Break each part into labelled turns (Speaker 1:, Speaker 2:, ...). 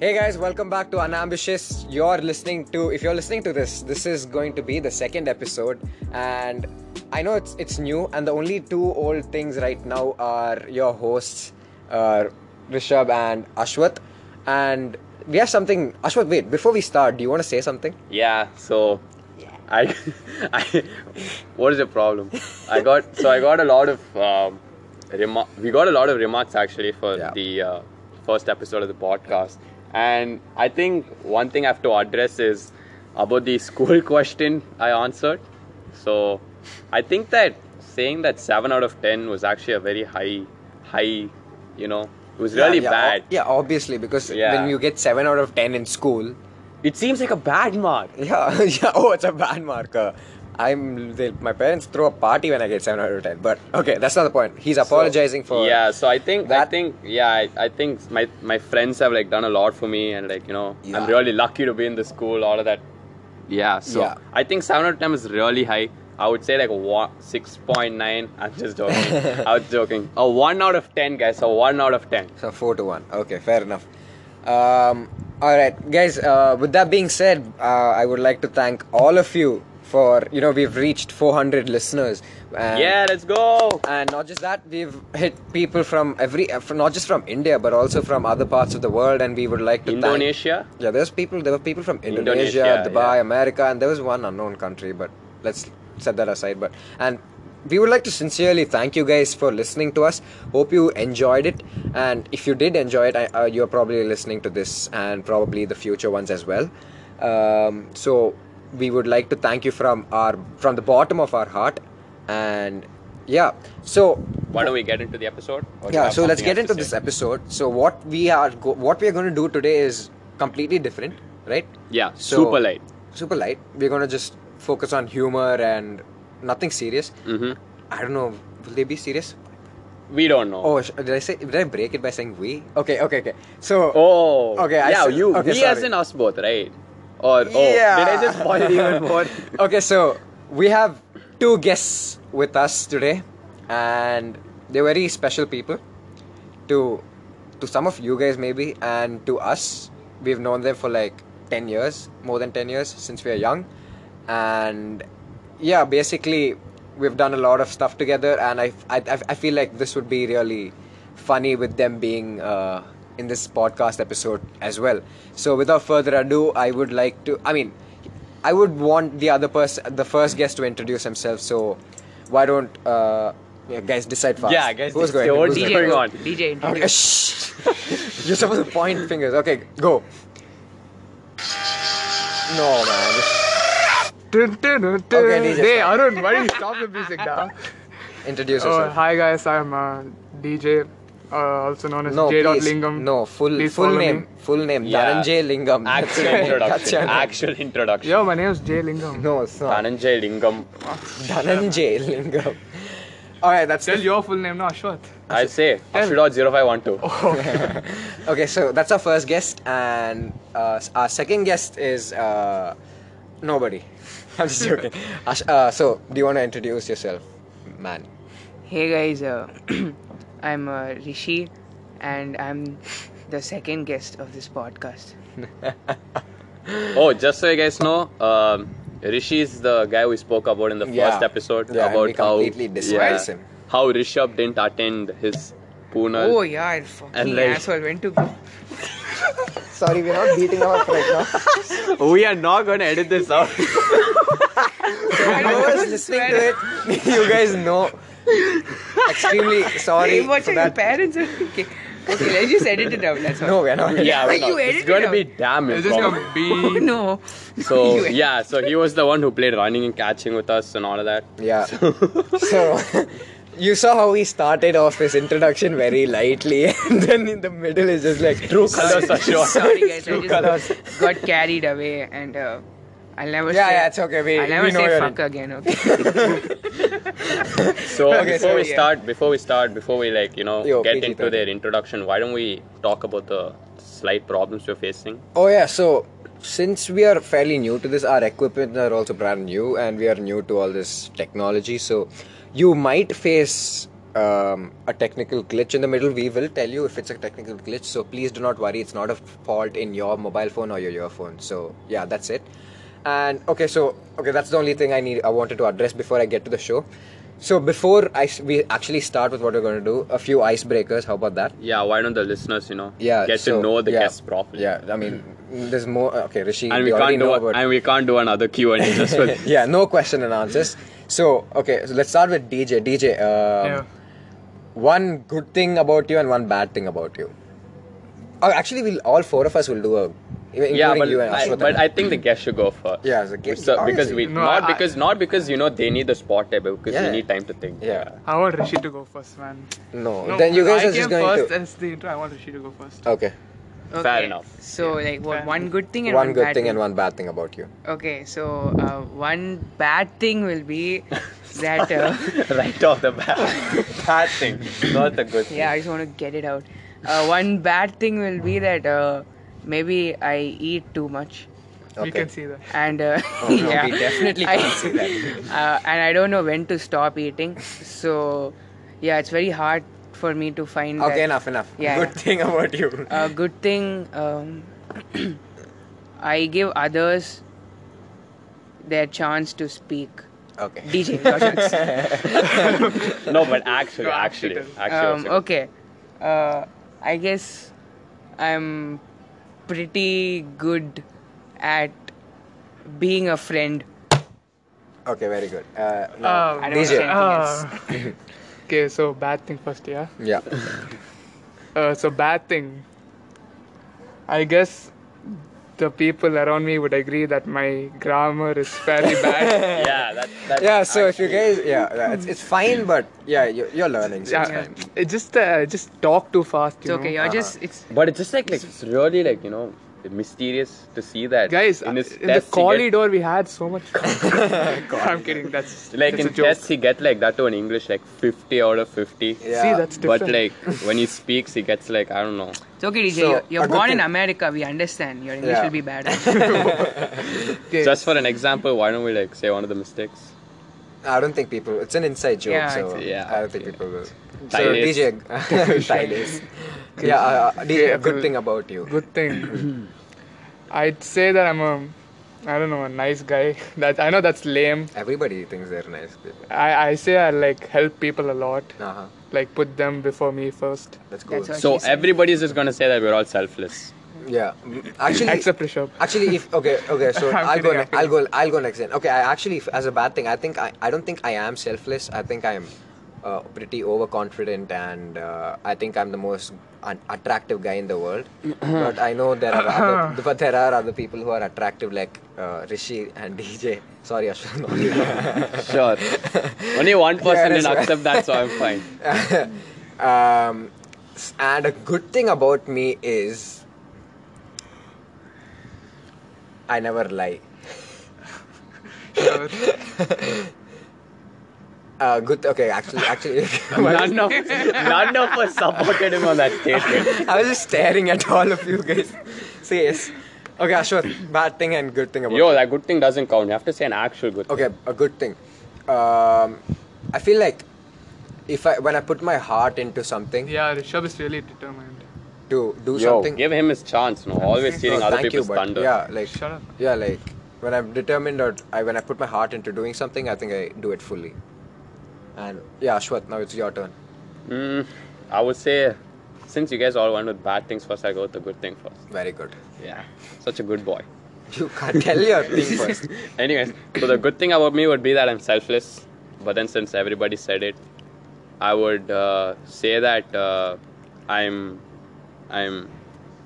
Speaker 1: Hey guys, welcome back to Unambitious. You're listening to if you're listening to this, this is going to be the second episode and I know it's it's new and the only two old things right now are your hosts uh, Rishabh and Ashwath and we have something Ashwath wait, before we start, do you want to say something?
Speaker 2: Yeah, so I, I, what is the problem? I got so I got a lot of um, remark. We got a lot of remarks actually for
Speaker 1: Yeah.
Speaker 2: the uh, first episode of the podcast, and I think one thing I have to address is about the school question I answered. So I think that saying that seven out of ten was actually a very high, high, you know, it was really
Speaker 1: yeah,
Speaker 2: bad.
Speaker 1: ob- yeah, obviously because
Speaker 2: Yeah.
Speaker 1: when you get 7 out of 10 in school,
Speaker 2: It seems like a bad mark.
Speaker 1: Yeah, yeah. Oh, it's a bad marker. I'm. They, my parents throw a party when I get seven out of ten. But okay, that's not the point. He's apologizing for.
Speaker 2: yeah so i think i
Speaker 1: that-
Speaker 2: think yeah I, I think my my friends have like done a lot for me and like you know i'm
Speaker 1: Yeah.
Speaker 2: really lucky to be in the school all of that yeah so
Speaker 1: Yeah.
Speaker 2: i think 7 out of 10 is really high i would say like wa- 6.9 i'm just joking i was joking a 1 out of 10 guys a 1 out of 10
Speaker 1: So four to one. Okay, fair enough. Um, all right, guys. Uh, with that being said, uh, I would like to thank all of you for you know we've reached 400 listeners. And
Speaker 2: yeah let's go
Speaker 1: and not just that we've hit people from every uh, from, not just from india but also from other parts of the world and we would like to thank
Speaker 2: indonesia
Speaker 1: Yeah, there's people. There were people from Indonesia,
Speaker 2: Indonesia,
Speaker 1: Dubai,
Speaker 2: yeah.
Speaker 1: America, and there was one unknown country. But let's set that aside. But and we would like to sincerely thank you guys for listening to us. Hope you enjoyed it. And if you did enjoy it, I, uh, you're probably listening to this and probably the future ones as well. Um, so we would like to thank you from our from the bottom of our heart. And yeah, so
Speaker 2: why don't we get into the episode Or do you
Speaker 1: yeah
Speaker 2: have
Speaker 1: so let's
Speaker 2: something
Speaker 1: get
Speaker 2: else to
Speaker 1: into this
Speaker 2: say?
Speaker 1: episode so what we are go- what we are going to do today is completely different right
Speaker 2: yeah
Speaker 1: So-
Speaker 2: super light
Speaker 1: super light we're going to just focus on humor and nothing serious
Speaker 2: hmm
Speaker 1: i don't know will they be serious
Speaker 2: we don't know
Speaker 1: oh sh- did i say did i break it by saying we okay okay okay so
Speaker 2: Oh.
Speaker 1: Okay, I
Speaker 2: Yeah,
Speaker 1: see-
Speaker 2: you.
Speaker 1: okay,
Speaker 2: we
Speaker 1: sorry.
Speaker 2: as in us both, right? Or oh,
Speaker 1: Yeah.
Speaker 2: did I just spoil it even more?
Speaker 1: okay so we have two guests with us today and they're very special people to to some of you guys maybe and to us we've known them for like 10 years more than 10 years since we are young and yeah basically we've done a lot of stuff together and i i, I- I feel like this would be really funny with them being uh, in this podcast episode as well so without further ado i would like to i mean i would want the other person the first guest to introduce himself so why don't uh, yeah, guys decide fast
Speaker 2: Yeah, guys,
Speaker 1: who's
Speaker 2: decide.
Speaker 1: going
Speaker 2: What's
Speaker 1: Who's
Speaker 2: DJ,
Speaker 1: going?
Speaker 2: going on?
Speaker 3: DJ introduce.
Speaker 1: Okay, shh. You're supposed to point fingers. Okay, go. No, man. Okay, DJ,
Speaker 4: Hey,
Speaker 1: stop.
Speaker 4: Arun, why do you stop the music now?
Speaker 1: Introduce
Speaker 4: Oh,
Speaker 1: yourself.
Speaker 4: hi guys, I'm uh, DJ, uh, also known as
Speaker 1: no,
Speaker 4: J.
Speaker 1: please.
Speaker 4: Lingam.
Speaker 1: No, full
Speaker 4: Please
Speaker 1: full
Speaker 4: follow
Speaker 1: name.
Speaker 4: me.
Speaker 1: Full name.
Speaker 2: Yeah.
Speaker 1: Dhananjay Lingam.
Speaker 2: Actual
Speaker 1: That's- that's
Speaker 2: introduction.
Speaker 1: your name.
Speaker 2: Actual introduction.
Speaker 4: Yo, my name is J. Lingam.
Speaker 1: No, it's not.
Speaker 2: Dhananjay Lingam.
Speaker 1: Dhananjay Lingam. All right, that's
Speaker 4: Tell
Speaker 1: the-
Speaker 4: your full name, no, Ashwath.
Speaker 2: I say Ashidod 0512.
Speaker 1: Oh. okay. So that's our first guest, and uh, our second guest is uh, nobody. I'm just joking. Ash, uh, so, do you want to introduce yourself, man?
Speaker 3: Hey guys, uh, I'm uh, Rishi, and I'm the second guest of this podcast.
Speaker 2: Oh, just so you guys know, um, Rishi is the guy we spoke about in the
Speaker 1: Yeah.
Speaker 2: first episode
Speaker 1: Yeah, and
Speaker 2: about
Speaker 1: we
Speaker 2: how
Speaker 1: completely despise him.
Speaker 2: how Rishabh didn't attend his Pune.
Speaker 3: Oh yeah, I fucking
Speaker 2: And like-
Speaker 3: asshole went to go.
Speaker 1: Sorry, we're not beating him up right now.
Speaker 2: We are not going to edit this out.
Speaker 1: Whoever's listening to it, you guys know. Extremely sorry.
Speaker 3: Hey, watch
Speaker 1: for
Speaker 3: out, your
Speaker 1: that.
Speaker 3: parents. are- Okay, okay, let's just edit it out. That's all.
Speaker 1: No, we're not.
Speaker 2: yeah,
Speaker 3: Like,
Speaker 2: no,
Speaker 3: you
Speaker 2: it's
Speaker 3: edited
Speaker 2: going to
Speaker 3: out.
Speaker 2: be damn
Speaker 4: It's just
Speaker 2: improbable.
Speaker 4: gonna be.
Speaker 3: no.
Speaker 2: So
Speaker 3: You-
Speaker 2: yeah, so he was the one who played running and catching with us and all of that.
Speaker 1: Yeah. So, you saw how he started off his introduction very lightly, and then in the middle is just like
Speaker 2: True colors are shown.
Speaker 3: Sorry guys, I
Speaker 1: True colors.
Speaker 3: just got carried away, and uh, I'll never.
Speaker 1: Yeah,
Speaker 3: say,
Speaker 1: yeah, it's okay. We,
Speaker 3: I'll never
Speaker 1: we know
Speaker 3: say
Speaker 1: you're
Speaker 3: fuck again. Okay.
Speaker 2: So
Speaker 1: Okay,
Speaker 2: before
Speaker 1: so
Speaker 2: we
Speaker 3: yeah.
Speaker 2: start, before we start, before we like you know
Speaker 1: Yo,
Speaker 2: get
Speaker 1: PG-13.
Speaker 2: into their introduction, why don't we talk about the slight problems we're facing?
Speaker 1: Oh yeah, so since we are fairly new to this, our equipment are also brand new, and we are new to all this technology. So you might face um, a technical glitch in the middle. We will tell you if it's a technical glitch. So please do not worry. It's not a fault in your mobile phone or your earphone. So yeah, that's it. And okay, so okay, that's the only thing I need. I wanted to address before I get to the show. So before I s- we actually start with what we're going to do, a few icebreakers. How about that?
Speaker 2: Yeah, why don't the listeners, you know,
Speaker 1: Yeah.
Speaker 2: get
Speaker 1: so-
Speaker 2: to know the
Speaker 1: yeah,
Speaker 2: guests properly?
Speaker 1: Yeah. I mean, there's more. Okay, Rishi.
Speaker 2: And
Speaker 1: we
Speaker 2: we
Speaker 1: already
Speaker 2: can't do
Speaker 1: know
Speaker 2: a-
Speaker 1: about.
Speaker 2: and we can't do another Q and A just for
Speaker 1: yeah, no question and answers. So okay, so let's start with DJ. DJ, um,
Speaker 4: yeah.
Speaker 1: one good thing about you and one bad thing about you. Oh, actually, we'll all four of us will do a, including
Speaker 2: yeah, but
Speaker 1: you and
Speaker 2: I,
Speaker 1: Ashwath.
Speaker 2: but I think the guest should go first.
Speaker 1: Yeah, the guest-
Speaker 2: So, because we
Speaker 4: No,
Speaker 2: not
Speaker 4: I-
Speaker 2: because not because you know they need the spot there, but because
Speaker 1: Yeah.
Speaker 2: you need time to think.
Speaker 1: yeah,
Speaker 4: I want Rishi to go first, man.
Speaker 1: no, then you guys
Speaker 4: I
Speaker 1: are just
Speaker 4: came
Speaker 1: going
Speaker 4: first
Speaker 1: to.
Speaker 4: as the intro. I want Rishi to go first.
Speaker 1: Okay,
Speaker 2: Fair enough.
Speaker 3: So, like, what,
Speaker 4: Fair
Speaker 3: one good thing and one,
Speaker 1: one good
Speaker 3: bad
Speaker 1: thing and one bad thing about you.
Speaker 3: Okay, so uh, one bad thing will be that. Uh,
Speaker 2: right off the bat, bad thing, not the good thing.
Speaker 3: yeah, I just want to get it out. Uh, one bad thing will be that uh, maybe I eat too much.
Speaker 1: Okay.
Speaker 4: We can see that.
Speaker 3: and uh,
Speaker 1: Oh, no,
Speaker 3: yeah,
Speaker 1: we definitely
Speaker 3: I-
Speaker 1: can't say that.
Speaker 3: Uh, and I don't know when to stop eating, so yeah, it's very hard for me to find.
Speaker 1: Okay,
Speaker 3: that-
Speaker 1: enough, enough.
Speaker 3: Yeah,
Speaker 1: good
Speaker 3: yeah.
Speaker 1: thing about you.
Speaker 3: A good thing, um, I give others their chance to speak.
Speaker 1: Okay.
Speaker 3: DJ, your chance.
Speaker 2: No, but actually,
Speaker 4: No, actually
Speaker 2: actually,
Speaker 4: doesn't.
Speaker 2: actually,
Speaker 3: um,
Speaker 2: also-
Speaker 3: okay, uh, I guess I'm pretty good at being a friend.
Speaker 1: Okay, very good. Uh, no,
Speaker 4: Um,
Speaker 3: I don't
Speaker 1: DJ.
Speaker 3: understand.
Speaker 4: Ah. okay, so bad thing first, yeah.
Speaker 1: Yeah.
Speaker 4: Uh, so bad thing. I guess the people around me would agree that my grammar is fairly bad.
Speaker 2: yeah, that, that,
Speaker 1: Yeah, so if you guys, yeah, yeah, it's, it's fine, but yeah, you, you're learning. So it's
Speaker 4: yeah,
Speaker 1: fine.
Speaker 4: it just uh, just talk too fast.
Speaker 3: It's
Speaker 4: You
Speaker 3: okay.
Speaker 4: know?
Speaker 3: You're just it's
Speaker 2: But it's just like, like it's really like you know mysterious to see that
Speaker 4: guys. uh, In,
Speaker 2: his
Speaker 4: the
Speaker 2: tests he get-
Speaker 4: corridor, we had so much. I'm kidding. That's
Speaker 2: like
Speaker 4: that's
Speaker 2: in
Speaker 4: a joke.
Speaker 2: tests he get like that to in English like 50 out of 50.
Speaker 1: Yeah.
Speaker 4: See, that's different.
Speaker 2: But like when he speaks, he gets like I don't know.
Speaker 3: It's okay, DJ.
Speaker 1: So,
Speaker 3: you're
Speaker 1: a
Speaker 3: you're
Speaker 1: good
Speaker 3: born in
Speaker 1: thing-
Speaker 3: America. We understand. Your English
Speaker 1: Yeah.
Speaker 3: will be bad.
Speaker 4: Okay.
Speaker 2: Just for an example, why don't we like say one of the mistakes?
Speaker 1: I don't think people. It's an inside joke,
Speaker 3: Yeah,
Speaker 1: so
Speaker 2: it's- yeah,
Speaker 1: I don't think people will. So
Speaker 2: Thai days.
Speaker 1: DJ, Thai days. Yeah, uh, DJ, a good thing about you.
Speaker 4: good thing. I'd say that I'm a, I don't know, a nice guy. That I know that's lame.
Speaker 1: Everybody thinks they're nice people.
Speaker 4: I, I say I like help people a lot.
Speaker 1: Uh huh.
Speaker 4: Like put them before me first.
Speaker 1: That's cool.
Speaker 3: That's what
Speaker 2: So
Speaker 3: she said.
Speaker 2: everybody's just gonna say that we're all selfless.
Speaker 1: yeah, Mm, actually,
Speaker 4: Except Rishabh.
Speaker 1: actually, if okay, okay, so
Speaker 4: I'm
Speaker 1: I'll go.
Speaker 4: kidding,
Speaker 1: Ne-
Speaker 4: I'm
Speaker 1: I'll go. I'll go next. Then okay, I actually, f- as a bad thing, I think I, I don't think I am selfless. I think I'm uh, pretty overconfident, and uh, I think I'm the most un- attractive guy in the world. but I know there are other, but there are other people who are attractive, like uh, Rishi and DJ. Sorry, Ashwin. not you.
Speaker 2: Sure. Only one person
Speaker 1: that's
Speaker 2: didn't
Speaker 1: right.
Speaker 2: accept that, so I'm fine.
Speaker 1: um, s- and a good thing about me is I never lie.
Speaker 4: Sure.
Speaker 1: Uh, good. Okay, actually, actually,
Speaker 2: None of none of us supported him on that statement.
Speaker 1: I was just staring at all of you guys. So yes. Okay, Ashwath, bad thing and good thing about.
Speaker 2: Yo, that good thing doesn't count. You have to say an actual good.
Speaker 1: Okay, a good thing. Um, I feel like if I when I put my heart into something
Speaker 4: yeah, Rishabh is really determined.
Speaker 1: to do
Speaker 2: Thing. Yo,
Speaker 1: something,
Speaker 2: give him his chance. No, always stealing
Speaker 1: No,
Speaker 2: other
Speaker 1: thank you,
Speaker 2: people's
Speaker 1: but
Speaker 2: thunder.
Speaker 1: Yeah, like
Speaker 4: Shut up.
Speaker 1: Yeah, like when I'm determined or I, when I put my heart into doing something, I think I do it fully. And yeah, Ashwat, now it's your turn.
Speaker 2: Mm, I would say, since you guys all went with bad things first, I go with the good thing first.
Speaker 1: Very good.
Speaker 2: Yeah, such a good boy.
Speaker 1: You can't tell your thing first.
Speaker 2: Anyways, so the good thing about me would be that I'm selfless. But then since everybody said it, I would uh, say that uh, I'm, I'm.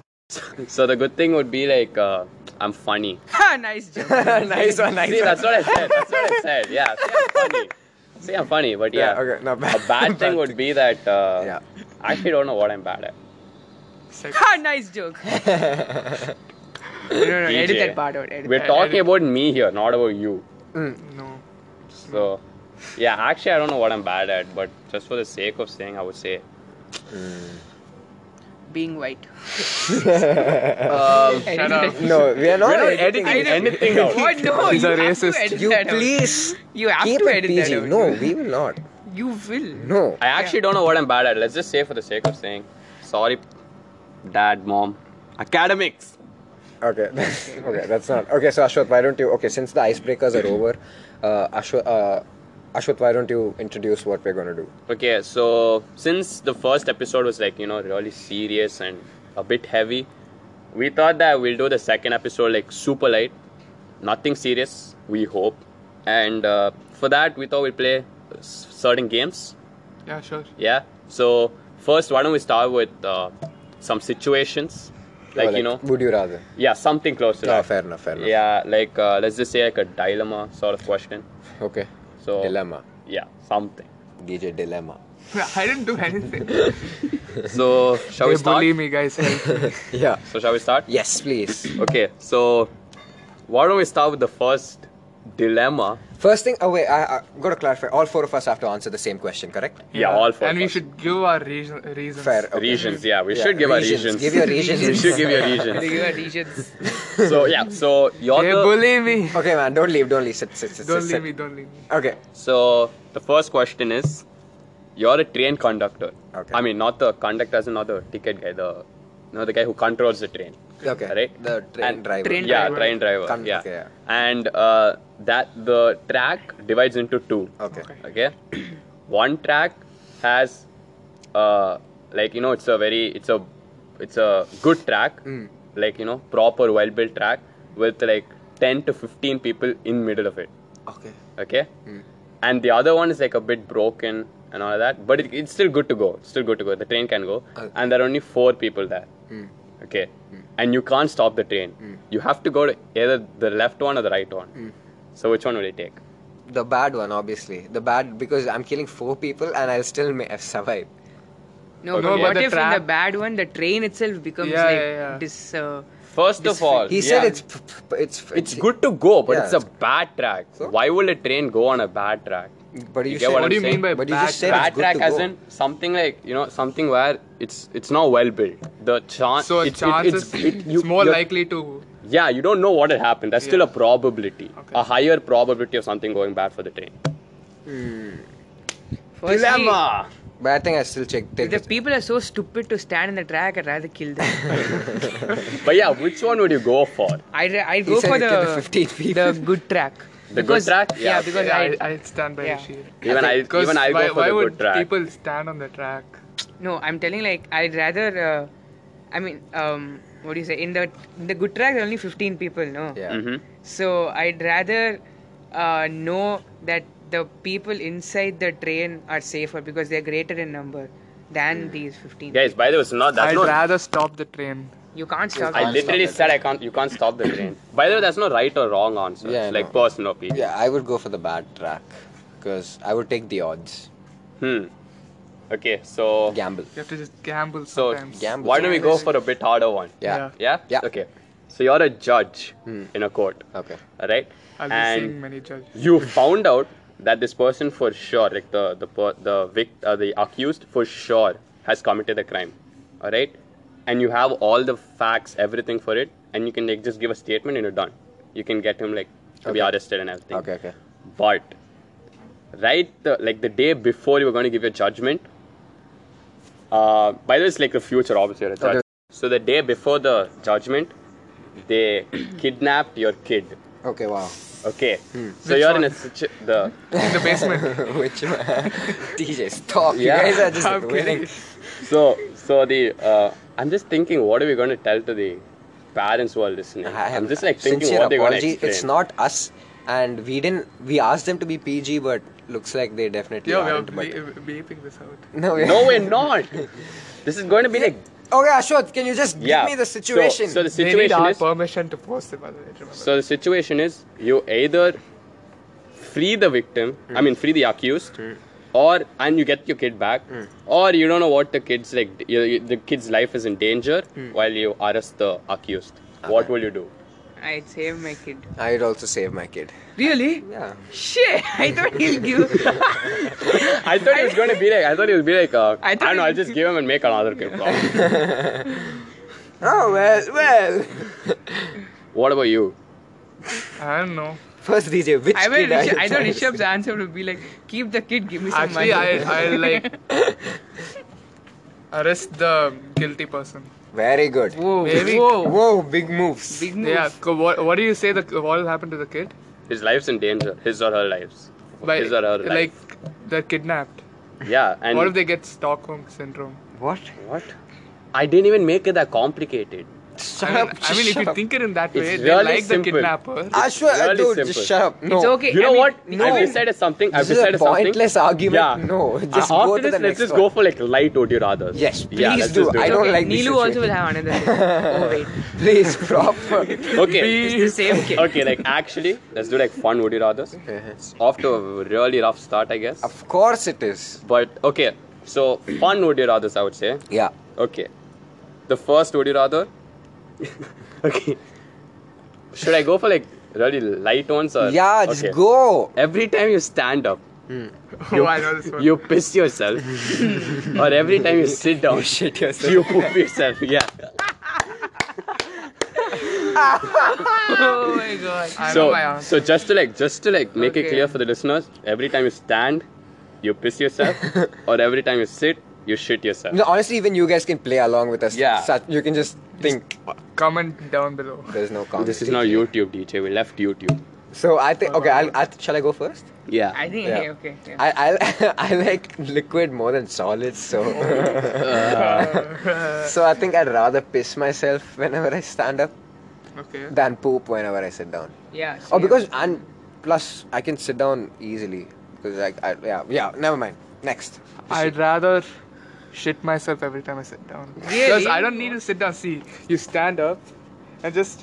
Speaker 2: So the good thing would be like uh, I'm funny.
Speaker 3: Ha, Ah, nice joke.
Speaker 1: nice one, nice
Speaker 2: See,
Speaker 1: one.
Speaker 2: that's what I said. That's what I said. Yeah, see, I'm funny. See, I'm funny, but yeah.
Speaker 1: Yeah, okay, no,
Speaker 2: a
Speaker 1: bad-
Speaker 2: bad
Speaker 1: bad
Speaker 2: thing would be that uh,
Speaker 1: Yeah.
Speaker 2: I actually don't know what I'm bad at.
Speaker 4: Sex.
Speaker 3: Ha, Ah, nice joke. No, no, no, edit
Speaker 2: DJ.
Speaker 3: that part out. Edit
Speaker 2: We're
Speaker 3: that.
Speaker 2: talking about me here, not about you.
Speaker 4: No.
Speaker 2: So, yeah, actually, I don't know what I'm bad at, but just for the sake of saying, I would say
Speaker 3: Being white.
Speaker 4: Shut up.
Speaker 1: No, we are not,
Speaker 2: we're not
Speaker 1: editing.
Speaker 2: editing anything out.
Speaker 3: What? Oh, No,
Speaker 4: He's
Speaker 3: you
Speaker 4: a
Speaker 3: have to
Speaker 4: racist.
Speaker 3: edit
Speaker 1: You
Speaker 3: that out.
Speaker 1: please
Speaker 3: You have
Speaker 1: keep
Speaker 3: to
Speaker 1: it
Speaker 3: edit that
Speaker 1: PG.
Speaker 3: out.
Speaker 1: No, we will not.
Speaker 3: You will.
Speaker 1: No.
Speaker 2: I actually don't know what I'm bad at. Let's just say for the sake of saying, sorry, dad, mom, academics.
Speaker 1: Okay. okay, that's not. Okay, so Ashwath, why don't you. Okay, since the icebreakers are over, uh, Ashwath, uh, Ashwath, why don't you introduce what we're going to do?
Speaker 2: Okay, so since the first episode was like you know really serious and a bit heavy, we thought that we'll do the second episode like super light, nothing serious. We hope, and uh, for that we thought we'll play s- certain games.
Speaker 4: Yeah, sure.
Speaker 2: Yeah. So first, why don't we start with uh, some situations, like,
Speaker 1: Or
Speaker 2: you know,
Speaker 1: Would you rather?
Speaker 2: yeah, something close to
Speaker 1: No,
Speaker 2: that.
Speaker 1: Ah, fair enough, fair enough.
Speaker 2: Yeah, like uh, let's just say like a dilemma sort of question.
Speaker 1: Okay.
Speaker 2: So
Speaker 1: Dilemma.
Speaker 2: Yeah, something.
Speaker 1: DJ Dilemma.
Speaker 4: I didn't do anything.
Speaker 2: So shall we
Speaker 4: they
Speaker 2: start?
Speaker 4: bully me, guys. Help me.
Speaker 1: Yeah.
Speaker 2: So shall we start?
Speaker 1: Yes, please.
Speaker 2: Okay. So why don't we start with the first dilemma?
Speaker 1: First thing, oh wait, I, I got to clarify. All four of us have to answer the same question, correct?
Speaker 2: Yeah, all four.
Speaker 4: And
Speaker 2: of
Speaker 4: we
Speaker 2: us.
Speaker 4: should give our reason, reasons.
Speaker 1: Fair. Okay.
Speaker 2: regions. Yeah, we
Speaker 1: Yeah,
Speaker 2: should give
Speaker 1: regions.
Speaker 2: our regions.
Speaker 1: Give your regions.
Speaker 2: we should give your regions.
Speaker 3: Regular regions.
Speaker 2: so yeah. So you're
Speaker 4: They
Speaker 2: the-
Speaker 4: bully me.
Speaker 1: Okay, man, don't leave, don't leave. Sit, sit, sit,
Speaker 4: Don't
Speaker 1: sit,
Speaker 4: leave
Speaker 1: sit.
Speaker 4: me. Don't leave me.
Speaker 1: Okay.
Speaker 2: So the first question is, you're a train conductor.
Speaker 1: Okay.
Speaker 2: I mean, not the conductor, as in not the ticket guy, the no, the guy who controls the train.
Speaker 1: Okay.
Speaker 2: Right.
Speaker 1: The train
Speaker 2: And-
Speaker 1: driver.
Speaker 3: Train
Speaker 2: yeah,
Speaker 3: driver.
Speaker 2: train driver.
Speaker 1: Con-
Speaker 2: yeah.
Speaker 1: okay, yeah.
Speaker 2: And uh, that the track divides into two.
Speaker 1: Okay.
Speaker 2: Okay. One track has, uh, like you know, it's a very it's a it's a good track,
Speaker 1: Hmm.
Speaker 2: like you know, proper well built track with like ten to fifteen people in middle of it
Speaker 1: Okay.
Speaker 2: okay
Speaker 1: Hmm.
Speaker 2: and the other one is like a bit broken and all of that but it, it's still good to go it's still good to go the train can go
Speaker 1: Okay. Hmm.
Speaker 2: and there are only four people there okay and you can't stop the train you have to go to either the left one or the right one
Speaker 1: Hmm.
Speaker 2: so which one will you take
Speaker 1: The bad one, obviously. The bad, because I'm killing four people and I'll still may survive.
Speaker 3: No,
Speaker 4: No,
Speaker 3: but
Speaker 4: but
Speaker 3: what
Speaker 4: the
Speaker 3: if in the
Speaker 4: trap-
Speaker 3: bad one the train itself becomes
Speaker 4: Yeah,
Speaker 3: like
Speaker 4: yeah, yeah.
Speaker 3: dis? Uh,
Speaker 2: first of all
Speaker 1: He
Speaker 2: yeah,
Speaker 1: said it's, p- p- p- it's f-
Speaker 2: it's good to go but
Speaker 1: Yeah,
Speaker 2: it's a
Speaker 1: it's-
Speaker 2: bad track
Speaker 1: So?
Speaker 2: why will a train go on a bad track
Speaker 1: But you,
Speaker 2: get
Speaker 1: said,
Speaker 2: what I'm
Speaker 4: What do you mean
Speaker 2: saying?
Speaker 4: by
Speaker 1: but you
Speaker 4: bad
Speaker 1: just said
Speaker 2: bad
Speaker 1: it's good
Speaker 2: track
Speaker 1: to
Speaker 2: as
Speaker 1: go.
Speaker 2: in something like you know something where it's it's not well built the chance
Speaker 4: So
Speaker 2: it's, it-
Speaker 4: chances,
Speaker 2: it's,
Speaker 4: it's,
Speaker 2: it- you-
Speaker 4: more
Speaker 2: you're-
Speaker 4: likely to.
Speaker 2: Yeah, you don't know what had happened. That's still a
Speaker 4: Yeah.
Speaker 2: probability,
Speaker 4: Okay.
Speaker 2: a higher probability of something going bad for the train.
Speaker 3: firstly,
Speaker 2: Dilemma.
Speaker 1: But I think I still check. Take
Speaker 3: The
Speaker 1: it.
Speaker 3: people are so stupid to stand in the track. I'd rather kill them.
Speaker 2: But yeah, which one would you go for?
Speaker 3: I'd, I'd
Speaker 1: He
Speaker 3: go
Speaker 1: said
Speaker 3: for
Speaker 1: you kill the
Speaker 3: the
Speaker 1: 15 people.
Speaker 3: the good track.
Speaker 2: The good track?
Speaker 3: Yeah,
Speaker 2: Yeah,
Speaker 3: because
Speaker 2: okay.
Speaker 4: I,
Speaker 3: I
Speaker 4: I stand by
Speaker 3: Yeah.
Speaker 4: Rashid.
Speaker 2: Even I,
Speaker 4: Because
Speaker 2: even I
Speaker 4: why,
Speaker 2: go for
Speaker 4: why
Speaker 2: the
Speaker 4: would
Speaker 2: good track.
Speaker 4: people stand on the track?
Speaker 3: no, I'm telling like I'd rather. Uh, I mean, um, what do you say? In the in the good track, there are only 15 people. No.
Speaker 1: Yeah.
Speaker 2: Mhm.
Speaker 3: So I'd rather uh, know that the people inside the train are safer because they're greater in number than these 15.
Speaker 2: Guys, by the way, it's not that's
Speaker 4: I'd
Speaker 2: no.
Speaker 4: rather stop the train.
Speaker 3: You can't stop.
Speaker 2: I
Speaker 3: them.
Speaker 2: literally said I can't. You can't stop the train. By the way, that's no right or wrong answer.
Speaker 1: Yeah,
Speaker 2: it's
Speaker 1: I
Speaker 2: like
Speaker 1: know.
Speaker 2: personal opinion.
Speaker 1: Yeah, I would go for the bad track because I would take the odds.
Speaker 2: Hmm. Okay, so
Speaker 1: Gamble.
Speaker 4: You have to just gamble
Speaker 2: so
Speaker 4: sometimes.
Speaker 1: gamble.
Speaker 2: why don't we go for a bit harder one?
Speaker 1: Yeah.
Speaker 2: Yeah.
Speaker 1: Yeah. Hmm.
Speaker 2: Okay. So you're a judge in a court.
Speaker 1: Okay.
Speaker 2: All right.
Speaker 4: I'll be
Speaker 2: and
Speaker 4: seeing many judges.
Speaker 2: you found out that this person for sure like the the per- the vict- uh, the accused for sure has committed a crime all right and you have all the facts everything for it and you can like just give a statement and you're done you can get him like to be
Speaker 1: Okay.
Speaker 2: arrested and everything
Speaker 1: Okay, okay.
Speaker 2: but right the, like the day before you were going to give your judgment uh, by the way it's like the future obviously you're a judge.
Speaker 1: Okay.
Speaker 2: so the day before the judgment they kidnapped your kid
Speaker 1: Okay, wow.
Speaker 2: Okay.
Speaker 1: Hmm.
Speaker 2: So
Speaker 4: Which
Speaker 2: you're in
Speaker 4: one?
Speaker 2: a situ- the
Speaker 4: In the basement.
Speaker 1: Which one? DJ, stop.
Speaker 2: Yeah.
Speaker 1: You guys are just
Speaker 4: I'm
Speaker 1: winning.
Speaker 2: so so the uh, I'm just thinking what are we going to tell to the parents who are listening?
Speaker 1: I
Speaker 2: I'm
Speaker 1: am
Speaker 2: just like thinking
Speaker 1: sincere
Speaker 2: what they're going to
Speaker 1: apology.
Speaker 2: explain.
Speaker 1: It's not us, and we didn't. We asked them to be PG, but looks like they definitely
Speaker 4: yeah, we are
Speaker 1: aren't. But
Speaker 4: be- beeping this out.
Speaker 1: no, we
Speaker 2: No, we're not. this is going to be like
Speaker 1: Okay, Ashwath, can you just
Speaker 2: yeah.
Speaker 1: give me the
Speaker 2: So-
Speaker 1: situation?
Speaker 2: So, the
Speaker 4: they need
Speaker 2: situation
Speaker 4: our
Speaker 2: is
Speaker 4: permission to post it, by the way. Remember.
Speaker 2: so the situation is you either free the victim, I mean free the accused.
Speaker 3: Hmm.
Speaker 2: Or and you get your kid back, or you don't know what the kid's like. d- You, you, the kid's life is in danger
Speaker 3: Hmm.
Speaker 2: while you arrest the accused. What will you do?
Speaker 3: I'd save my kid.
Speaker 1: I'd also save my kid.
Speaker 3: Really?
Speaker 1: Yeah.
Speaker 3: Shit! I thought he'd give.
Speaker 2: I thought it was gonna be like I thought it would be like uh, I,
Speaker 3: I thought
Speaker 2: don't know.
Speaker 3: it-
Speaker 2: I'll just give him and make another kid. probably.
Speaker 1: Oh well, well.
Speaker 2: what about you?
Speaker 4: I don't know.
Speaker 1: First DJ, which
Speaker 3: I mean,
Speaker 1: kid are
Speaker 3: Rishabh,
Speaker 1: you
Speaker 3: I thought
Speaker 1: trying to
Speaker 3: Rishabh's answer would be like, keep the kid, give me some
Speaker 4: Actually, I
Speaker 3: money.
Speaker 4: I like arrest the guilty person.
Speaker 1: Very good.
Speaker 3: Whoa,
Speaker 4: Maybe-
Speaker 3: whoa,
Speaker 1: Whoa, big moves.
Speaker 3: big move.
Speaker 4: Yeah. co- What, what do you say? That what will happen to the kid?
Speaker 2: His life's in danger. His or her lives. His or her
Speaker 4: like
Speaker 2: life.
Speaker 4: they're kidnapped.
Speaker 2: Yeah. And
Speaker 4: what if they get Stockholm syndrome?
Speaker 1: What?
Speaker 2: What? I didn't even make it that complicated.
Speaker 1: Shut
Speaker 4: I mean,
Speaker 1: up.
Speaker 4: I
Speaker 1: just
Speaker 4: mean if
Speaker 1: shut
Speaker 4: you
Speaker 1: up.
Speaker 4: think it in that way,
Speaker 2: It's
Speaker 4: they
Speaker 2: really
Speaker 4: like the
Speaker 2: simple.
Speaker 4: kidnapper.
Speaker 1: Ashwa,
Speaker 2: really
Speaker 1: dude,
Speaker 2: simple.
Speaker 1: just shut up. No.
Speaker 3: It's okay.
Speaker 2: You know
Speaker 3: I mean,
Speaker 2: what?
Speaker 3: No.
Speaker 2: I've decided something. I've
Speaker 1: This is a
Speaker 2: decided something.
Speaker 1: pointless argument.
Speaker 2: Yeah.
Speaker 1: No, just
Speaker 2: Uh,
Speaker 1: go
Speaker 2: after
Speaker 1: to
Speaker 2: this,
Speaker 1: the
Speaker 2: let's
Speaker 1: next
Speaker 2: just
Speaker 1: one.
Speaker 2: go for like light or rather.
Speaker 1: Yes,
Speaker 2: yeah,
Speaker 1: please
Speaker 2: let's
Speaker 1: do.
Speaker 2: Just do
Speaker 1: I
Speaker 2: it.
Speaker 3: It's
Speaker 1: don't
Speaker 3: okay.
Speaker 1: like this
Speaker 3: Neelu also
Speaker 1: situation.
Speaker 3: will have another. thing. oh wait,
Speaker 1: Please, proper.
Speaker 2: Okay.
Speaker 3: it's the same kid.
Speaker 2: okay, like actually, let's do like fun Woody Rathers. It's off to a really rough start, I guess.
Speaker 1: of course it is.
Speaker 2: But okay, so fun Woody Rathers, I would say.
Speaker 1: Yeah.
Speaker 2: Okay. The first Woody Rather. okay. Should I go for like really light ones or?
Speaker 1: yeah, just
Speaker 2: okay.
Speaker 1: go.
Speaker 2: Every time you stand up,
Speaker 4: oh, I know this one.
Speaker 2: you piss yourself, or every time you sit down,
Speaker 1: Shit yourself.
Speaker 2: you poop yourself. Yeah.
Speaker 3: Oh my god.
Speaker 4: I know
Speaker 2: So,
Speaker 4: my
Speaker 2: so
Speaker 4: answer.
Speaker 2: just to like, just to like make it
Speaker 3: Okay.
Speaker 2: clear for the listeners, every time you stand, you piss yourself, or every time you sit, you shit yourself.
Speaker 1: No, honestly, even you guys can play along with us.
Speaker 2: Yeah.
Speaker 1: Such, you can just think.
Speaker 4: Comment down below.
Speaker 1: There's no comment.
Speaker 2: This is not YouTube, DJ. We left YouTube.
Speaker 1: So I think. Okay, I'll, i shall I go first?
Speaker 2: Yeah.
Speaker 3: I think.
Speaker 1: Yeah.
Speaker 3: Hey, okay. yeah.
Speaker 1: I I, I like liquid more than solids, so
Speaker 4: Uh.
Speaker 1: so I think I'd rather piss myself whenever I stand up
Speaker 4: Okay.
Speaker 1: than poop whenever I sit down.
Speaker 3: yeah. so
Speaker 1: Oh,
Speaker 3: yeah.
Speaker 1: because and plus I can sit down easily because like I, yeah yeah never mind. Next.
Speaker 4: I'd rather shit myself every time I sit down. Because
Speaker 3: Really?
Speaker 4: I don't need to sit down. See, you stand up and just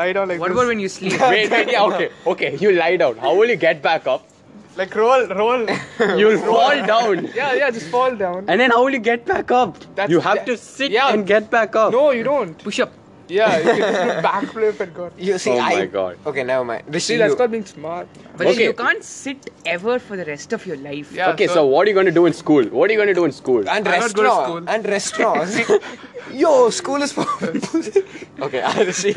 Speaker 4: lie down like
Speaker 3: What
Speaker 4: this.
Speaker 3: about when you sleep?
Speaker 2: wait, wait, yeah, okay, okay. You lie down. How will you get back up?
Speaker 4: like roll, roll.
Speaker 2: You'll fall down.
Speaker 4: yeah, yeah, just fall down.
Speaker 2: And then how will you get back up?
Speaker 4: That's-
Speaker 2: you have
Speaker 4: that-
Speaker 2: to sit
Speaker 4: yeah.
Speaker 2: and get back up.
Speaker 4: No, you don't.
Speaker 3: Push up.
Speaker 4: Yeah, you can just do backflip and go.
Speaker 1: You see,
Speaker 2: Oh
Speaker 1: I,
Speaker 2: my God.
Speaker 1: Okay, never mind. Rishi,
Speaker 4: See, that's
Speaker 1: you-
Speaker 4: called being smart.
Speaker 3: But
Speaker 2: Okay.
Speaker 3: you can't sit ever for the rest of your life.
Speaker 4: Yeah.
Speaker 2: okay, so,
Speaker 4: so-
Speaker 2: what are you going to do in school? What are you going to do in school?
Speaker 1: and
Speaker 4: I'm not going to
Speaker 1: restaurant
Speaker 4: school.
Speaker 1: and restaurants. Yo, school is for. okay, uh, Rishi.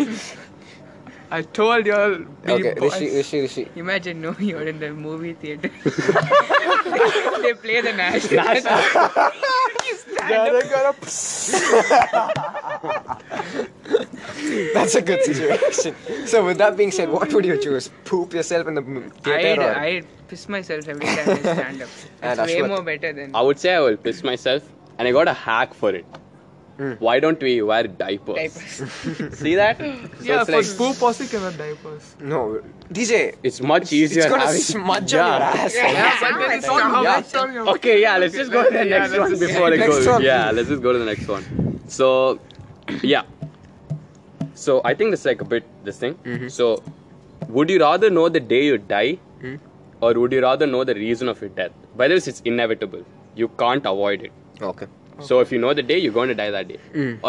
Speaker 4: I told y'all. Be
Speaker 1: Okay,
Speaker 4: boys.
Speaker 1: Rishi, Rishi, Rishi.
Speaker 3: Imagine, no, you're in the movie theater. they play the national. you stand
Speaker 4: Yeah,
Speaker 3: up.
Speaker 4: they got up.
Speaker 1: That's a good situation. so, with that being said, what would you choose? Poop yourself in the m-
Speaker 3: I
Speaker 1: theater or?
Speaker 3: I piss myself every time I stand up.
Speaker 1: And
Speaker 3: It's way
Speaker 1: Ashwath.
Speaker 3: more better than.
Speaker 2: I would say I will piss myself, and I got a hack for it.
Speaker 4: Hmm.
Speaker 2: Why don't we wear diapers?
Speaker 3: diapers.
Speaker 2: See that?
Speaker 4: Yeah,
Speaker 2: so
Speaker 4: for
Speaker 2: it's, like,
Speaker 4: poop also you can wear diapers.
Speaker 1: No, DJ.
Speaker 2: it's much
Speaker 1: It's
Speaker 2: easier.
Speaker 1: gonna
Speaker 2: having-
Speaker 1: smudge
Speaker 2: yeah.
Speaker 1: on your ass.
Speaker 4: Yeah,
Speaker 3: but then it's not
Speaker 4: how
Speaker 1: Yeah.
Speaker 4: much on your-
Speaker 2: Okay, yeah, let's just go to the
Speaker 4: Yeah,
Speaker 2: next
Speaker 4: let's
Speaker 2: one
Speaker 4: just-
Speaker 2: before I
Speaker 1: Next
Speaker 2: go.
Speaker 1: one.
Speaker 2: Yeah, let's just go to the next one. So, yeah. So I think this is like a bit this thing.
Speaker 1: Mm-hmm.
Speaker 2: So, would you rather know the day you die,
Speaker 1: Mm.
Speaker 2: or would you rather know the reason of your death? By the way, it's inevitable. You can't avoid it.
Speaker 1: Okay. Mm.
Speaker 2: So if you know the day, you're going to die that day.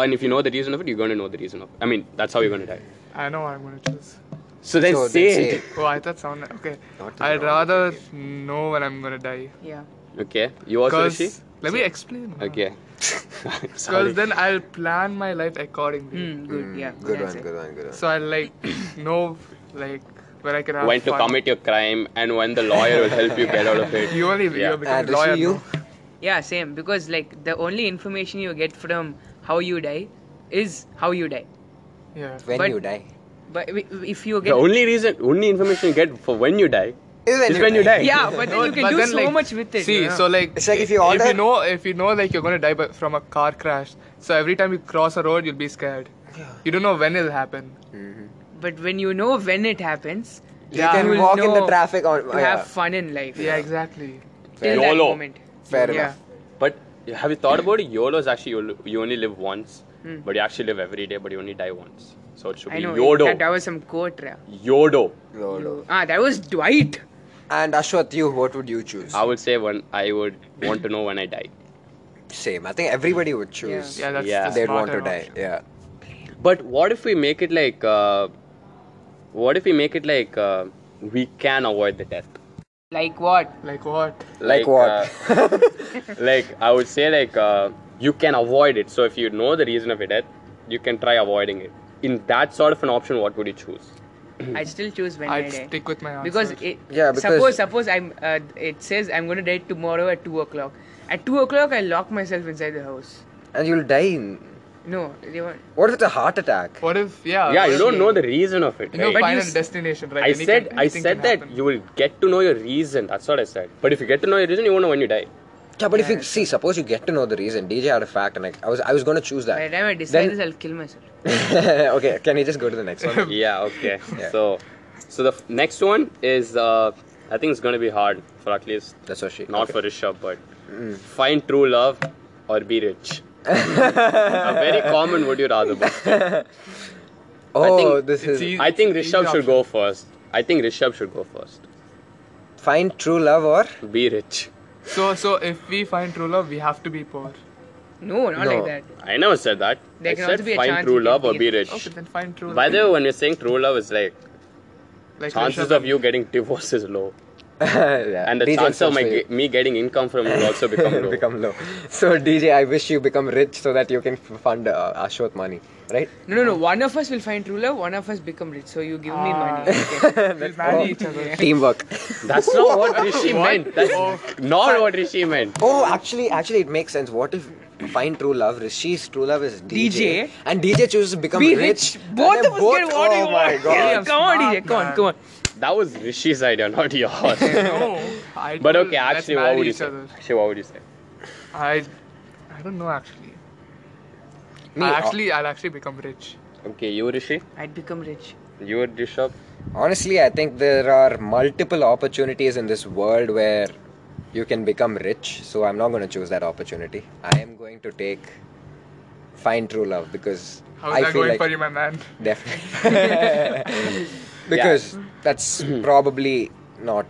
Speaker 2: And if you know the reason of it, you're going to know the reason of it. I mean, that's how you're going to die.
Speaker 4: I know what I'm gonna choose.
Speaker 2: So then
Speaker 1: So then
Speaker 2: say,
Speaker 1: say
Speaker 2: it.
Speaker 4: Oh, I thought sound okay.
Speaker 1: Not to
Speaker 4: I'd
Speaker 1: the
Speaker 4: rather know when I'm gonna die.
Speaker 3: Yeah.
Speaker 2: Okay, you also
Speaker 4: Cause
Speaker 2: Rishi?
Speaker 4: let me explain.
Speaker 2: Okay. Sorry.
Speaker 4: Because then I'll plan my life accordingly.
Speaker 3: Mm, good. Yeah.
Speaker 1: Hmm, Good
Speaker 3: that's
Speaker 1: one,
Speaker 3: it.
Speaker 1: good one, good one.
Speaker 4: So I'll like know like when I can have
Speaker 2: when to
Speaker 4: fun.
Speaker 2: commit your crime and when the lawyer will help you get out of it.
Speaker 4: You only
Speaker 2: Yeah.
Speaker 4: you're
Speaker 1: And
Speaker 4: becoming a lawyer.
Speaker 1: Rishi, you?
Speaker 4: now.
Speaker 3: Yeah, same. Because like the only information you get from how you die is how you die.
Speaker 4: Yeah.
Speaker 1: When
Speaker 3: But-
Speaker 1: you die.
Speaker 3: But w- if you
Speaker 2: The
Speaker 3: get
Speaker 2: only reason, only information you get for when you die is when you die.
Speaker 3: yeah, but then you can
Speaker 4: But
Speaker 3: do
Speaker 4: then,
Speaker 3: so
Speaker 4: like,
Speaker 3: much with it.
Speaker 4: See,
Speaker 3: you know?
Speaker 4: so like
Speaker 1: It's like if you
Speaker 4: i-
Speaker 1: order-
Speaker 4: if you know if you know like you're gonna die by, from a car crash, so every time you cross a road, you'll be scared. You don't know when it'll happen.
Speaker 3: But when you know when it happens,
Speaker 1: You
Speaker 4: Yeah.
Speaker 1: can
Speaker 3: will
Speaker 1: walk in the
Speaker 3: know
Speaker 1: traffic on.
Speaker 3: you
Speaker 1: oh, yeah.
Speaker 3: have fun in life.
Speaker 4: Yeah, exactly.
Speaker 3: Till that
Speaker 2: YOLO.
Speaker 3: moment.
Speaker 1: Fair
Speaker 4: yeah.
Speaker 1: enough.
Speaker 2: But have you thought about it? YOLO is actually you, you only live once, but you actually live every day, but you only die once. So it should be
Speaker 3: I know.
Speaker 2: YODO.
Speaker 3: That, that was some quote. Yeah.
Speaker 2: YODO.
Speaker 1: Lolo.
Speaker 3: Ah, that was Dwight.
Speaker 1: And Ashwath, you, what would you choose?
Speaker 2: I would say when I would want to know when I die.
Speaker 1: Same. I think everybody would choose.
Speaker 4: Yeah, that's
Speaker 2: Yeah.
Speaker 4: the
Speaker 1: They'd want to
Speaker 4: smarter
Speaker 1: die.
Speaker 4: option.
Speaker 1: Yeah.
Speaker 2: But what if we make it like, uh, what if we make it like uh, we can avoid the death?
Speaker 3: Like what?
Speaker 4: Like what?
Speaker 1: Like what?
Speaker 2: uh, like I would say, like uh, you can avoid it. So if you know the reason of your death, you can try avoiding it. In that sort of an option, what would you choose?
Speaker 3: I'd still choose
Speaker 4: I'd
Speaker 3: Wednesday.
Speaker 4: stick with my answer.
Speaker 3: because it,
Speaker 1: Yeah, because-
Speaker 3: suppose suppose I'm uh, it says I'm gonna die tomorrow at two o'clock. At two o'clock, I lock myself inside the house.
Speaker 1: and you'll die. In,
Speaker 3: No, they won't.
Speaker 1: what if it's a heart attack?
Speaker 4: what if yeah?
Speaker 2: yeah,
Speaker 4: what
Speaker 2: you
Speaker 4: if-
Speaker 2: don't know the reason of it.
Speaker 4: You know,
Speaker 2: right?
Speaker 4: Uh, final
Speaker 3: you s-
Speaker 4: destination, right?
Speaker 2: I
Speaker 4: Any
Speaker 2: said
Speaker 4: can-
Speaker 2: I
Speaker 4: anything
Speaker 2: said
Speaker 4: can
Speaker 2: that
Speaker 4: happen.
Speaker 2: you will get to know your reason. That's what I said. But if you get to know your reason, you won't know when you die.
Speaker 1: Yeah, but if you see, suppose you get to know the reason. DJ had a fact, and I, I was I was gonna choose
Speaker 3: By
Speaker 1: that.
Speaker 3: the time I decide
Speaker 1: Then-
Speaker 3: this, I'll kill myself.
Speaker 1: okay, can we just go to the next one?
Speaker 2: yeah. Okay.
Speaker 1: Yeah.
Speaker 2: So, so the f- next one is uh, I think it's gonna be hard for at least
Speaker 1: That's what she.
Speaker 2: not
Speaker 1: okay.
Speaker 2: for Rishabh, but
Speaker 4: Mm.
Speaker 2: find true love or be rich. a very common. Would you rather? But I
Speaker 1: Oh,
Speaker 2: think
Speaker 1: this is
Speaker 4: it's easy.
Speaker 2: I think
Speaker 4: Easy
Speaker 2: Rishabh
Speaker 4: option.
Speaker 2: should go first. I think Rishabh should go first.
Speaker 1: find true love or
Speaker 2: Be rich.
Speaker 4: So so if we find true love, we have to be poor.
Speaker 3: No, not
Speaker 1: No.
Speaker 3: like that.
Speaker 2: I never said that.
Speaker 3: There
Speaker 2: I
Speaker 3: can
Speaker 2: said
Speaker 3: also be a
Speaker 2: find
Speaker 3: chance
Speaker 2: true
Speaker 3: you can
Speaker 2: love or
Speaker 3: be
Speaker 2: be
Speaker 3: rich.
Speaker 2: rich.
Speaker 4: Okay, then find true love.
Speaker 2: By the way, when you're saying true love, is like
Speaker 4: like
Speaker 2: chances
Speaker 4: Rishabh-
Speaker 2: of you getting divorced is low.
Speaker 1: yeah,
Speaker 2: and the
Speaker 1: DJ
Speaker 2: chance of
Speaker 1: sucks
Speaker 2: my,
Speaker 1: for you.
Speaker 2: ge- me getting income from it will also become low.
Speaker 1: become low. So DJ, I wish you become rich so that you can f- fund uh, Ashwath money, right?
Speaker 3: No, no, no. One of us will find true love. One of us become rich. So you give me
Speaker 4: Ah.
Speaker 3: money. Okay.
Speaker 4: we'll marry each other.
Speaker 1: Teamwork.
Speaker 2: That's not what Rishi meant. That's
Speaker 3: Oh.
Speaker 2: not what Rishi meant.
Speaker 1: Oh, actually, actually, it makes sense. What if find true love? Rishi's true love is DJ,
Speaker 3: DJ?
Speaker 1: and DJ chooses to become
Speaker 3: Be
Speaker 1: rich.
Speaker 3: rich.
Speaker 1: and
Speaker 3: Both
Speaker 1: then
Speaker 3: of us get what
Speaker 1: oh
Speaker 3: you
Speaker 1: my
Speaker 3: want.
Speaker 1: God.
Speaker 3: come on,
Speaker 4: Smart
Speaker 3: DJ. Come on,
Speaker 4: man.
Speaker 3: come on.
Speaker 2: That was Rishi's idea, not yours.
Speaker 4: no, I
Speaker 2: but
Speaker 4: told
Speaker 2: okay,
Speaker 4: let's
Speaker 2: actually, what
Speaker 4: marry
Speaker 2: would you
Speaker 4: each
Speaker 2: say?
Speaker 4: other.
Speaker 2: Actually, what would you say?
Speaker 4: I, I don't know
Speaker 1: Me,
Speaker 4: actually.
Speaker 1: uh,
Speaker 4: I
Speaker 1: ho-
Speaker 4: actually, I'll actually become rich.
Speaker 2: Okay, you Rishi,
Speaker 3: I'd become rich.
Speaker 2: you Rishabh.
Speaker 1: honestly, I think there are multiple opportunities in this world where you can become rich. So I'm not going to choose that opportunity. I am going to take find true love because
Speaker 4: How's
Speaker 1: I
Speaker 4: that
Speaker 1: feel
Speaker 4: going
Speaker 1: like
Speaker 4: for you, my man?
Speaker 1: Definitely. because that's probably not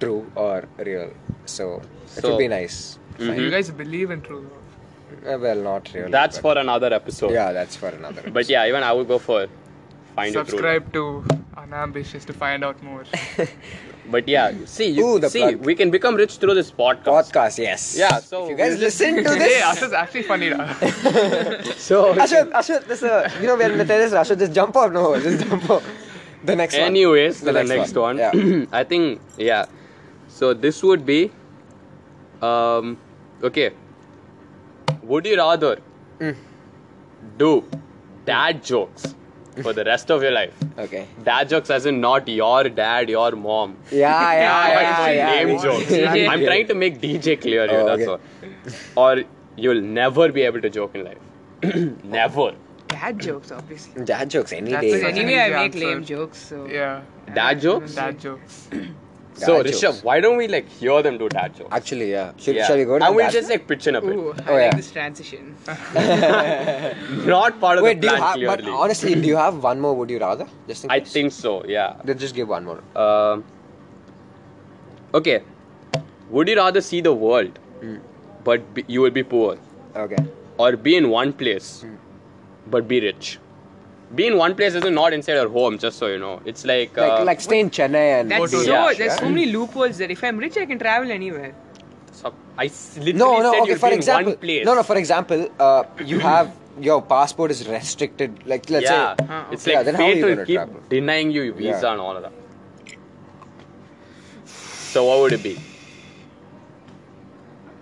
Speaker 1: true or real. So it
Speaker 2: So- mm.
Speaker 1: would be nice.
Speaker 4: You guys believe in true love.
Speaker 1: Uh, well, not really.
Speaker 2: That's
Speaker 1: but-
Speaker 2: for another episode.
Speaker 1: Yeah, that's for another.
Speaker 2: But yeah, even I would go for find a true.
Speaker 4: Subscribe to Unambitious to find out more.
Speaker 2: But yeah, see, you,
Speaker 1: Ooh, the
Speaker 2: see,
Speaker 1: plug.
Speaker 2: we can become rich through this podcast.
Speaker 1: podcast, yes.
Speaker 2: Yeah, so
Speaker 1: if you guys
Speaker 2: we'll
Speaker 1: listen to
Speaker 4: hey,
Speaker 1: this,
Speaker 4: Asha's actually funny. Ra.
Speaker 2: So
Speaker 1: Ashwat, Ashwat, this, uh, you know when they tell us, Ashwat, just jump off, no, just jump off. The next one.
Speaker 2: Anyways,
Speaker 1: The
Speaker 2: the, next,
Speaker 1: next
Speaker 2: one.
Speaker 1: one, yeah.
Speaker 2: I think yeah. So this would be um okay. Would you rather
Speaker 1: Mm.
Speaker 2: do dad jokes for the rest of your life?
Speaker 1: Okay.
Speaker 2: Dad jokes as in not your dad, your mom.
Speaker 1: Yeah, yeah,
Speaker 2: But
Speaker 1: yeah,
Speaker 2: it's
Speaker 1: yeah.
Speaker 2: name
Speaker 1: yeah.
Speaker 2: jokes.
Speaker 1: Yeah.
Speaker 2: I'm trying to make DJ clear here,
Speaker 1: Oh,
Speaker 2: that's
Speaker 1: okay.
Speaker 2: all. Or you'll never be able to joke in life. never.
Speaker 3: Dad jokes, obviously.
Speaker 1: Dad jokes any
Speaker 4: That's
Speaker 1: day.
Speaker 4: like
Speaker 1: man.
Speaker 4: any-
Speaker 3: Anyway, I
Speaker 4: easy
Speaker 3: make
Speaker 4: answer.
Speaker 3: lame jokes. So
Speaker 4: yeah,
Speaker 2: Dad jokes?
Speaker 4: dad jokes.
Speaker 2: So
Speaker 1: Dad
Speaker 2: Rishabh,
Speaker 1: jokes.
Speaker 2: why don't we like hear them do dad jokes?
Speaker 1: Actually, yeah. Should,
Speaker 2: Yeah.
Speaker 1: Shall we go to
Speaker 2: I
Speaker 1: the
Speaker 2: will
Speaker 1: dad-
Speaker 2: just like pitch in a bit.
Speaker 3: Ooh, I
Speaker 1: Oh,
Speaker 3: like
Speaker 1: yeah.
Speaker 3: this transition.
Speaker 2: Not part of
Speaker 1: Wait,
Speaker 2: the
Speaker 1: do you
Speaker 2: plan
Speaker 1: have? But
Speaker 2: clearly.
Speaker 1: honestly, do you have one more? Would you rather? Just in
Speaker 2: I
Speaker 1: case?
Speaker 2: think so. Yeah.
Speaker 1: Then just give one more.
Speaker 2: Um okay. Would you rather see the world,
Speaker 1: Hmm.
Speaker 2: but be, you will be poor,
Speaker 1: Okay.
Speaker 2: or be in one place,
Speaker 1: Hmm.
Speaker 2: but be rich? Be in one place is not inside your home, just so you know. It's like, uh,
Speaker 1: like, like stay in Chennai and.
Speaker 3: That's
Speaker 4: Go
Speaker 3: so.
Speaker 4: to
Speaker 2: Yash,
Speaker 3: There's so
Speaker 2: yeah.
Speaker 3: many loopholes that if I'm rich, I can travel anywhere.
Speaker 2: so- I s- literally
Speaker 1: no,
Speaker 2: said
Speaker 1: no. Okay.
Speaker 2: you'll
Speaker 1: For
Speaker 2: be in
Speaker 1: example,
Speaker 2: one place.
Speaker 1: no, no. For example, uh, you have your passport is restricted. Like let's
Speaker 2: yeah,
Speaker 1: say.
Speaker 2: it's
Speaker 1: Yeah,
Speaker 2: like
Speaker 1: then how are
Speaker 2: fate
Speaker 1: you
Speaker 2: will
Speaker 1: gonna
Speaker 2: keep
Speaker 1: travel?
Speaker 2: denying you visa
Speaker 1: Yeah.
Speaker 2: and all of that. So what would it be?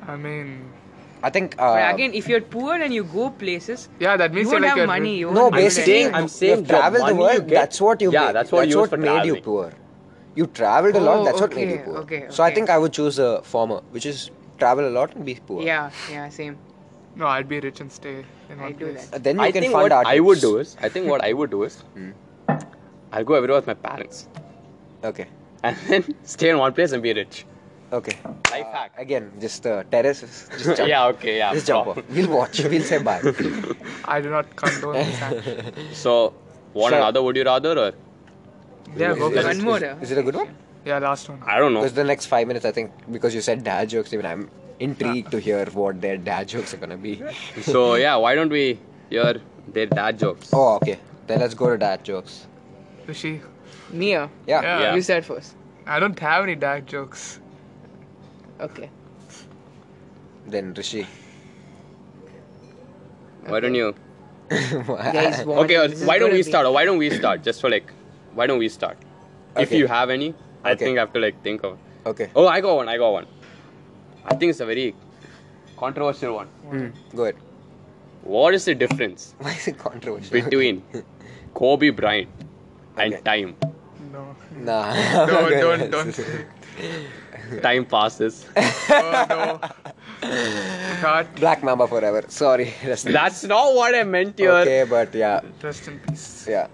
Speaker 4: I mean,
Speaker 1: I think.
Speaker 3: But
Speaker 1: Uh,
Speaker 3: again, if you're poor and you go places,
Speaker 4: yeah, that
Speaker 3: you
Speaker 4: means
Speaker 3: won't
Speaker 4: you're like
Speaker 3: have
Speaker 4: a-
Speaker 3: money. You
Speaker 1: no,
Speaker 3: won't do
Speaker 1: basically,
Speaker 3: anything.
Speaker 2: I'm saying
Speaker 1: you've
Speaker 2: the
Speaker 1: traveled the
Speaker 2: money
Speaker 1: world.
Speaker 2: you get-
Speaker 1: that's what you.
Speaker 2: Yeah,
Speaker 1: made-
Speaker 2: that's what you use for
Speaker 1: made you
Speaker 2: traveling.
Speaker 1: poor. You traveled a lot.
Speaker 3: Oh,
Speaker 1: That's what made you
Speaker 3: okay,
Speaker 1: poor.
Speaker 3: okay,
Speaker 1: So I
Speaker 3: okay.
Speaker 1: think I would choose the former, which is travel a lot and be poor.
Speaker 3: Yeah, yeah, same.
Speaker 4: No, I'd be rich and stay in one
Speaker 3: I do
Speaker 4: place.
Speaker 3: that.
Speaker 1: And then you
Speaker 2: I
Speaker 1: can
Speaker 2: think
Speaker 1: fund
Speaker 2: what
Speaker 1: artists. Hmm.
Speaker 2: I would do is I think what I would do is I'll go everywhere with my parents
Speaker 1: Okay.
Speaker 2: and then stay in one place and be rich.
Speaker 1: Okay.
Speaker 2: Life hack.
Speaker 1: Again, just uh, terraces. Just jump.
Speaker 2: yeah. Okay. Yeah.
Speaker 1: Just jump
Speaker 2: prob-
Speaker 1: off. We'll watch. We'll say bye.
Speaker 4: I do not condone this action.
Speaker 2: So, what
Speaker 1: Sure.
Speaker 2: another would you rather or
Speaker 4: Yeah, go
Speaker 1: Is- is-
Speaker 4: for it.
Speaker 3: One
Speaker 1: is-
Speaker 3: more,
Speaker 1: Is,
Speaker 3: uh,
Speaker 1: is it a good one?
Speaker 4: Yeah, last one.
Speaker 2: I don't know.
Speaker 1: Because the next five minutes, I think, because you said dad jokes, even I'm intrigued to hear what their dad jokes are gonna be. Oh,
Speaker 2: so yeah, why don't we hear their dad jokes?
Speaker 1: Oh, okay. Then let's go to dad jokes.
Speaker 4: Rishi,
Speaker 3: Mia,
Speaker 1: Yeah.
Speaker 4: Yeah.
Speaker 2: Yeah.
Speaker 3: you start first.
Speaker 4: I don't have any dad jokes.
Speaker 3: Okay.
Speaker 1: Then Rishi.
Speaker 2: Why don't you?
Speaker 3: Guys,
Speaker 1: Why-
Speaker 3: what-
Speaker 2: Okay.
Speaker 3: this
Speaker 2: uh,
Speaker 3: is
Speaker 2: Why don't
Speaker 3: gonna
Speaker 2: we
Speaker 3: be-
Speaker 2: start? Or why don't we start? Just for like why don't we start? If
Speaker 1: Okay.
Speaker 2: you have any, I
Speaker 1: Okay.
Speaker 2: think I have to like think of.
Speaker 1: Okay,
Speaker 2: Oh, I got one. I got one. I think it's a very controversial one.
Speaker 1: go ahead.
Speaker 2: What is the difference
Speaker 1: Why is it controversial?
Speaker 2: between Kobe Bryant and
Speaker 1: Okay.
Speaker 2: time?
Speaker 4: No.
Speaker 1: Nah.
Speaker 4: No, don't, don't.
Speaker 2: Time passes.
Speaker 4: Oh, no. God,
Speaker 1: Black Mamba forever. Sorry. That's
Speaker 2: That's not what I meant here.
Speaker 1: okay, but yeah,
Speaker 4: rest in peace.
Speaker 1: yeah,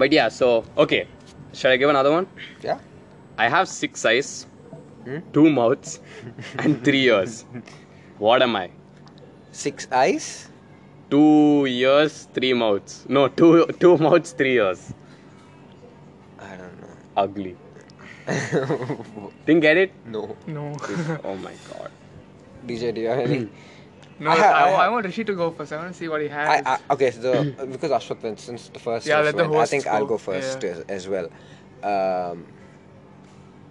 Speaker 2: But yeah, so okay. Shall I give another one?
Speaker 1: yeah.
Speaker 2: I have six eyes,
Speaker 1: Hmm?
Speaker 2: two mouths, and three ears. What am I?
Speaker 1: Six eyes.
Speaker 2: Two ears, three mouths. No, two two mouths, three ears.
Speaker 1: I don't
Speaker 2: Ugly.
Speaker 1: know.
Speaker 2: Didn't get it?
Speaker 1: no.
Speaker 4: No.
Speaker 2: Oh my god.
Speaker 1: DJ, do you have any?
Speaker 4: no,
Speaker 1: I
Speaker 4: I,
Speaker 1: have- I have-
Speaker 4: I want Rishi to go first. I want to see what he
Speaker 1: I,
Speaker 4: has.
Speaker 1: I, okay, so uh, because Ashwath went since the first,
Speaker 4: Yeah,
Speaker 1: host
Speaker 4: let the
Speaker 1: went, I
Speaker 4: hosts
Speaker 1: think I'll go
Speaker 4: go.
Speaker 1: first
Speaker 4: Yeah.
Speaker 1: as, as well. Um,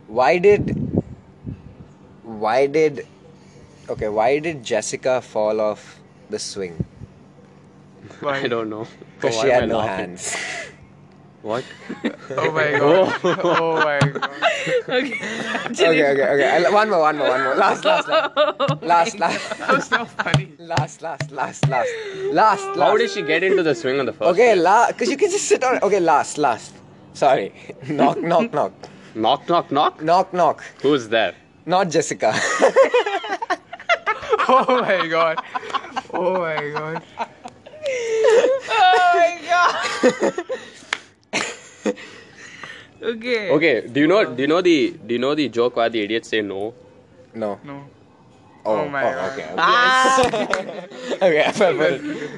Speaker 1: why did why did okay why did Jessica fall off the swing?
Speaker 4: Why?
Speaker 2: I don't know.
Speaker 1: Because
Speaker 2: Why
Speaker 1: she
Speaker 2: am I
Speaker 1: had no
Speaker 2: laughing?
Speaker 1: hands.
Speaker 2: What?
Speaker 4: Oh my god. oh my god.
Speaker 3: okay.
Speaker 1: okay, okay, okay. I'll- one more, one more, one more. Last, last, last, last, last.
Speaker 4: That was so funny.
Speaker 1: Last, last, last, last, last,
Speaker 2: How
Speaker 1: last.
Speaker 2: did she get into the swing on the first?
Speaker 1: Okay,
Speaker 2: place?
Speaker 1: last, because you can just sit on. Okay, last, last. Sorry. Knock, knock, knock.
Speaker 2: knock, knock, knock.
Speaker 1: Knock, knock.
Speaker 2: Who's there?
Speaker 1: Not Jessica.
Speaker 4: Oh my god. Oh my god.
Speaker 3: Oh my god. okay.
Speaker 2: Okay. Do you know? Do you know the? Do you know the joke where the idiots say no?
Speaker 1: no.
Speaker 4: No.
Speaker 1: Oh,
Speaker 4: Oh my God.
Speaker 1: Okay, okay.
Speaker 3: Ah,
Speaker 1: okay, I fell for it.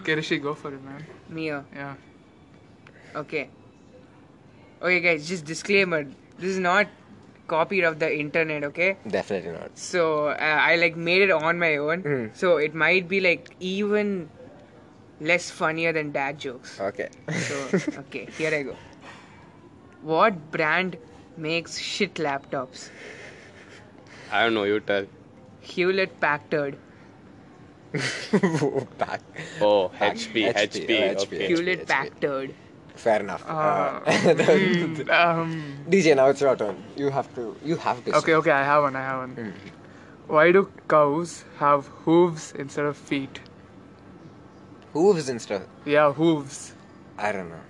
Speaker 4: Okay, Rishi, go for it, man.
Speaker 3: Mio.
Speaker 4: Yeah.
Speaker 3: Okay. Okay, guys. Just disclaimer. This is not copied of the internet. Okay.
Speaker 1: Definitely not.
Speaker 3: So uh, I like made it on my own.
Speaker 1: Mm.
Speaker 3: So it might be like even less funnier than dad jokes.
Speaker 1: Okay.
Speaker 3: So okay, here I go. What brand makes shit laptops?
Speaker 2: I don't know. You tell.
Speaker 3: Hewlett Packard.
Speaker 1: Back.
Speaker 2: Oh,
Speaker 1: HP,
Speaker 2: HP, HP.
Speaker 1: oh, HP.
Speaker 2: Okay.
Speaker 3: Hewlett Packard.
Speaker 1: Fair enough.
Speaker 4: Uh,
Speaker 1: Uh,
Speaker 4: mm, um.
Speaker 1: DJ, now it's your turn. You have to. You have to.
Speaker 4: Okay, okay, I have one, I have one. Why do cows have hooves instead of feet?
Speaker 1: Hooves and stuff.
Speaker 4: Yeah, hooves.
Speaker 1: I don't know.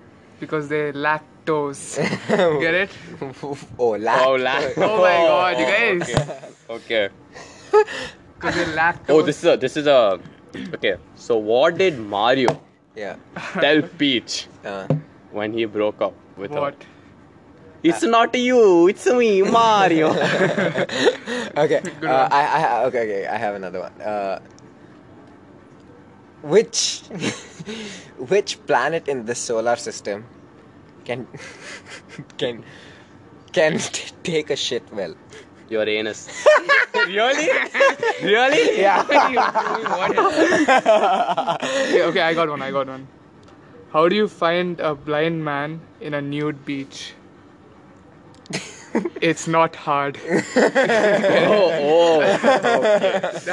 Speaker 4: Because they lack toes. Get it?
Speaker 1: oh, lack.
Speaker 2: Oh, la-
Speaker 4: Oh my god, you guys.
Speaker 2: Okay.
Speaker 4: Because they lack
Speaker 2: Oh,
Speaker 4: toes.
Speaker 2: this is a. This is a. Okay. So what did Mario
Speaker 1: Yeah.
Speaker 2: tell Peach
Speaker 1: Uh,
Speaker 2: when he broke up with
Speaker 4: What?
Speaker 2: her? It's not you. It's me, Mario.
Speaker 1: okay. Uh, I, I, okay, okay. I have another one. Uh, which, which planet in this solar system can, can, can t- take a shit well?
Speaker 2: Your anus. really? Really?
Speaker 4: Okay, okay, I got one, I got one. How do you find a blind man in a nude beach? it's not hard.
Speaker 2: Oh, oh.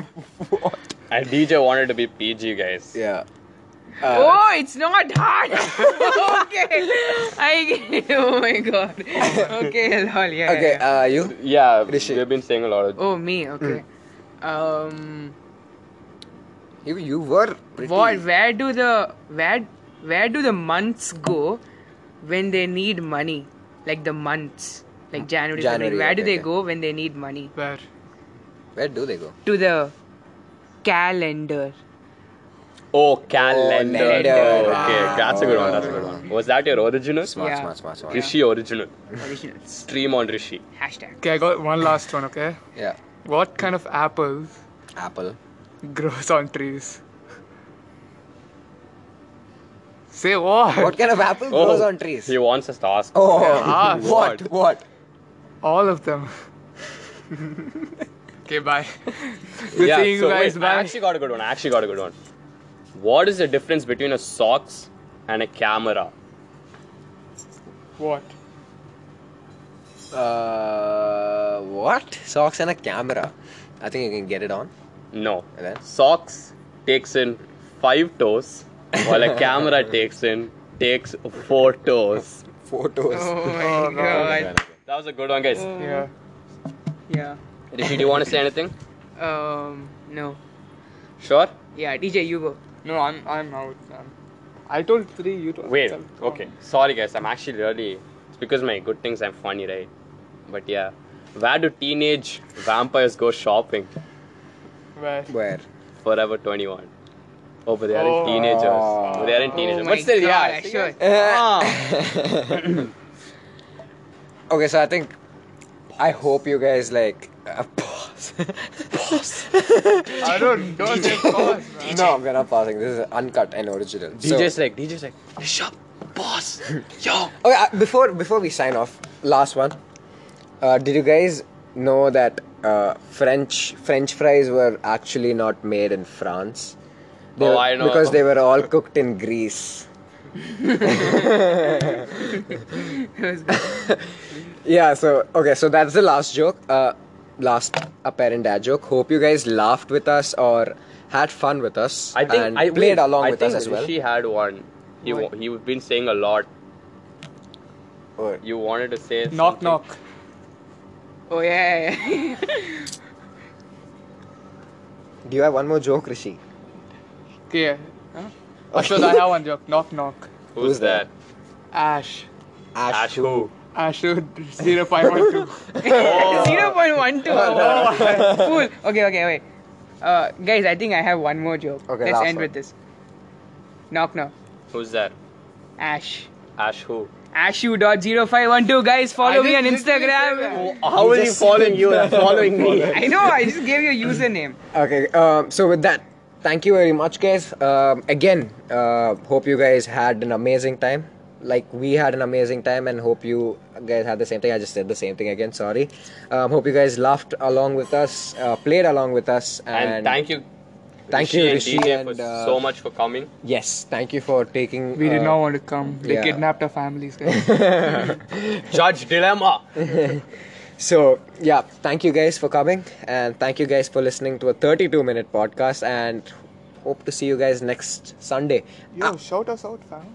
Speaker 2: And DJ wanted to be PG, guys.
Speaker 1: Yeah.
Speaker 3: oh, it's not hard. okay. I get it. Oh my god. Okay, lol. Yeah.
Speaker 1: Okay.
Speaker 3: yeah.
Speaker 1: Uh, you.
Speaker 2: Yeah,
Speaker 1: Rishi.
Speaker 2: we've been saying a lot of.
Speaker 3: oh me. Okay.
Speaker 1: Mm.
Speaker 3: Um.
Speaker 1: You, you were pretty.
Speaker 3: What? Where do the where where do the months go when they need money? Like the months, like January. February.
Speaker 1: January,
Speaker 3: Where do
Speaker 1: okay,
Speaker 3: they
Speaker 1: okay.
Speaker 3: go when they need money?
Speaker 4: Where?
Speaker 1: Where do they go?
Speaker 3: To the calendar.
Speaker 2: Oh, calendar.
Speaker 1: Oh, calendar.
Speaker 2: okay, that's a good one. That's a good one. Was that your original?
Speaker 1: Smart,
Speaker 3: Yeah.
Speaker 1: smart, smart, smart.
Speaker 2: Rishi original.
Speaker 3: Originals.
Speaker 2: Stream on Rishi.
Speaker 3: Hashtag.
Speaker 4: Okay, I got one last one, okay?
Speaker 1: Yeah.
Speaker 4: What kind of apple
Speaker 1: Apple.
Speaker 4: grows on trees? Say what?
Speaker 1: What kind of apple grows on trees?
Speaker 2: Oh. He wants us to ask.
Speaker 1: Oh,
Speaker 4: ah,
Speaker 1: what?
Speaker 2: what?
Speaker 1: What?
Speaker 4: All of them. okay, bye. Good
Speaker 2: yeah,
Speaker 4: seeing
Speaker 2: so
Speaker 4: you guys.
Speaker 2: wait, I
Speaker 4: bye.
Speaker 2: actually got a good one. I actually got a good one. What is the difference between a socks and a camera?
Speaker 4: What?
Speaker 1: Uh, what? Socks and a camera. I think you can get it on.
Speaker 2: No.
Speaker 1: And then?
Speaker 2: Socks takes in five toes, while a camera takes in takes photos.
Speaker 1: Photos.
Speaker 3: Oh my
Speaker 4: Oh, no.
Speaker 3: god.
Speaker 2: That was a good one, guys.
Speaker 1: Mm.
Speaker 3: Oh,
Speaker 4: Yeah.
Speaker 2: Mm-hmm.
Speaker 3: Yeah.
Speaker 2: Rishi, do you want to say anything?
Speaker 3: Um. No.
Speaker 2: Sure.
Speaker 3: Yeah. DJ, you go.
Speaker 4: No, I'm I'm out. I'm, I told three. You told
Speaker 2: Wait.
Speaker 4: seven. Come
Speaker 2: Okay. Sorry, guys. I'm actually really. It's because my good things I'm funny, right? But yeah. Where do teenage vampires go shopping?
Speaker 4: on. Where?
Speaker 1: Where?
Speaker 2: Forever 21. Oh, but they aren't
Speaker 4: Oh.
Speaker 2: teenagers. They aren't
Speaker 3: Oh
Speaker 2: teenagers.
Speaker 3: my
Speaker 2: but still, yeah.
Speaker 3: God, sure. Ah.
Speaker 1: Okay, so I think I hope you guys like uh, pause.
Speaker 4: I don't don't get calls, man.
Speaker 1: no, I'm gonna pausing. This is uncut and original. So-
Speaker 2: DJ's like, DJ's like, shop, boss, yo.
Speaker 1: Okay, uh, before before we sign off, last one. Uh, did you guys know that uh, French French fries were actually not made in France? They
Speaker 2: Oh,
Speaker 1: were-
Speaker 2: I know.
Speaker 1: Because they were all cooked in Greece. Yeah. So okay, so that's the last joke. Uh, last apparent dad joke. Hope you guys laughed with us or had fun with us.
Speaker 2: I think
Speaker 1: and
Speaker 2: I
Speaker 1: played
Speaker 2: wait,
Speaker 1: along
Speaker 2: I
Speaker 1: with
Speaker 2: think
Speaker 1: us as well.
Speaker 2: Rishi had one. He wa- he was been saying a lot.
Speaker 1: What?
Speaker 2: You wanted to say
Speaker 4: Knock
Speaker 2: something.
Speaker 4: knock.
Speaker 3: Oh yeah. yeah.
Speaker 1: Do you have one more joke, Rishi?
Speaker 4: Okay. Huh? Ashwad, I have one joke. Knock knock.
Speaker 2: Who's,
Speaker 1: Who's
Speaker 2: that?
Speaker 4: Ash.
Speaker 1: Ash,
Speaker 2: Ash who?
Speaker 4: Ashwood 0512.
Speaker 3: Zero point one two. Cool. Okay. Okay. Wait. Uh, guys, I think I have one more joke.
Speaker 1: Okay,
Speaker 3: Let's
Speaker 1: last
Speaker 3: end
Speaker 1: one.
Speaker 3: with this. Knock knock.
Speaker 2: Who's that?
Speaker 3: Ash.
Speaker 2: Ash who?
Speaker 3: Ashu.0512 guys follow
Speaker 4: I
Speaker 3: me on
Speaker 4: didn't literally
Speaker 3: Instagram.
Speaker 4: say
Speaker 2: How is he following you and following me?
Speaker 3: I know I just gave you a username.
Speaker 1: Okay, um, so with that, thank you very much, guys. Um, again, uh, hope you guys had an amazing time. Like we had an amazing time, and hope you guys had the same thing. I just said the same thing again. Sorry. Um, hope you guys laughed along with us, uh, played along with us, and,
Speaker 2: And thank you.
Speaker 1: Thank
Speaker 2: Rishi
Speaker 1: you,
Speaker 2: and
Speaker 1: Rishi
Speaker 2: DJ
Speaker 1: and,
Speaker 2: for
Speaker 1: uh,
Speaker 2: so much for coming.
Speaker 1: yes, thank you for taking.
Speaker 4: We did
Speaker 1: uh,
Speaker 4: not want to come. They
Speaker 1: yeah.
Speaker 4: kidnapped our families, guys.
Speaker 2: Judge Dilemma.
Speaker 1: So yeah, thank you guys for coming, and thank you guys for listening to a 32-minute podcast, and hope to see you guys next Sunday. Ah,
Speaker 4: Yo, shout us out, fam.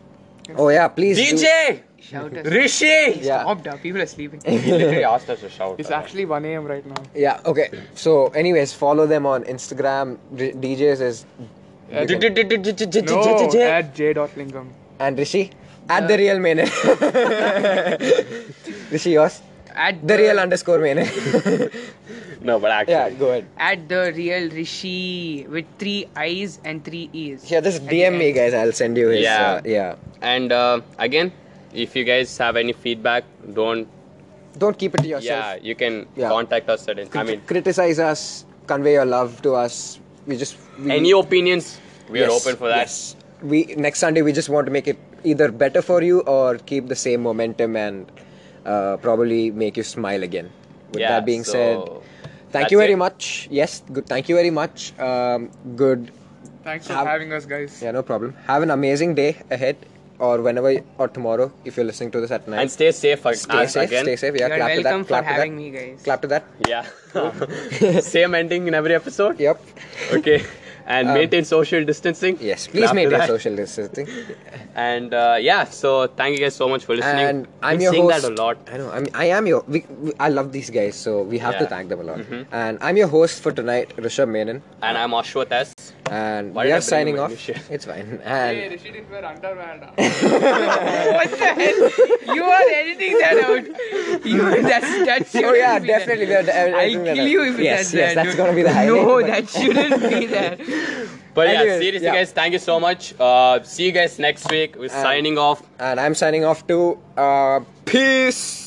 Speaker 1: Oh yeah, please. do-
Speaker 2: DJ
Speaker 3: Shout us.
Speaker 2: Rishi.
Speaker 1: Yeah.
Speaker 3: Stop, dog. uh, People are sleeping.
Speaker 2: He literally asked us to shout.
Speaker 4: It's actually 1 a.m. right now.
Speaker 1: Yeah, okay. So, anyways, follow them on Instagram. D- DJs is.
Speaker 4: No, at j.lingam.
Speaker 1: And Rishi? At the real Mene. Rishi, yours?
Speaker 3: At
Speaker 1: The real underscore Mene.
Speaker 4: eh.
Speaker 2: no, but actually.
Speaker 1: yeah, go ahead.
Speaker 3: At the real Rishi with three I's and three E's.
Speaker 1: Yeah, just DM me, guys. I'll send you his.
Speaker 2: Yeah.
Speaker 1: uh, yeah.
Speaker 2: And uh, again, if you guys have any feedback, don't.
Speaker 1: Don't keep it to yourself.
Speaker 2: Yeah, you can
Speaker 1: Yeah.
Speaker 2: contact us at. I mean,
Speaker 1: Criticize us, convey your love to us. We just. We,
Speaker 2: any opinions, we are
Speaker 1: Yes,
Speaker 2: open for that.
Speaker 1: yes. We Next Sunday, we just want to make it either better for you or keep the same momentum and uh, probably make you smile again. With
Speaker 2: Yeah,
Speaker 1: that being
Speaker 2: so
Speaker 1: said. Thank
Speaker 2: that's
Speaker 1: you very
Speaker 2: it.
Speaker 1: much. Yes, good. Thank you very much. Um, good.
Speaker 4: Thanks for
Speaker 1: Have-
Speaker 4: having us, guys.
Speaker 1: Yeah, no problem. Have an amazing day ahead, or whenever or tomorrow if you're listening to this at night.
Speaker 2: And stay safe, ag-
Speaker 1: stay
Speaker 2: as
Speaker 1: safe.
Speaker 2: again.
Speaker 1: Stay safe. Yeah,
Speaker 3: You're
Speaker 1: clap to
Speaker 3: welcome
Speaker 1: that.
Speaker 3: for
Speaker 1: Clap to
Speaker 3: having
Speaker 1: that.
Speaker 3: me, guys.
Speaker 1: Clap to that.
Speaker 2: Yeah. Same ending in every episode.
Speaker 1: Yep.
Speaker 2: Okay. And maintain social distancing.
Speaker 1: Um, Yes. Please
Speaker 2: After
Speaker 1: maintain
Speaker 2: that.
Speaker 1: social distancing.
Speaker 2: And uh, yeah, so thank you guys so much for listening.
Speaker 1: And
Speaker 2: Been
Speaker 1: I'm your
Speaker 2: seeing
Speaker 1: host.
Speaker 2: that a lot.
Speaker 1: I know. I'm, I am your. We, we, I love these guys, so we have to
Speaker 2: Yeah.
Speaker 1: thank them a lot.
Speaker 3: Mm-hmm.
Speaker 1: And I'm your host for tonight, Rishabh Menon.
Speaker 2: And I'm Ashwath S.
Speaker 1: And
Speaker 2: Why
Speaker 1: we
Speaker 2: did I
Speaker 1: are
Speaker 2: bring
Speaker 1: signing
Speaker 2: my
Speaker 1: off.
Speaker 2: new shirt?
Speaker 1: It's fine. And
Speaker 4: Hey, Rishi didn't wear underwear.
Speaker 3: What the hell? You are editing that out. You, that's, that shouldn't
Speaker 1: Oh yeah,
Speaker 3: be there.
Speaker 1: definitely. we are- I
Speaker 3: I'll
Speaker 1: think
Speaker 3: kill
Speaker 1: that-
Speaker 3: you if
Speaker 1: yes,
Speaker 3: that's
Speaker 1: yes,
Speaker 3: there,
Speaker 1: that's
Speaker 3: dude.
Speaker 1: gonna be the highlight.
Speaker 3: No,
Speaker 1: but-
Speaker 3: that shouldn't be there.
Speaker 2: But yeah,
Speaker 1: Anyways,
Speaker 2: seriously,
Speaker 1: yeah.
Speaker 2: guys, thank you so much. Uh, see you guys next week. We're signing off.
Speaker 1: and I'm signing off too. Uh, peace.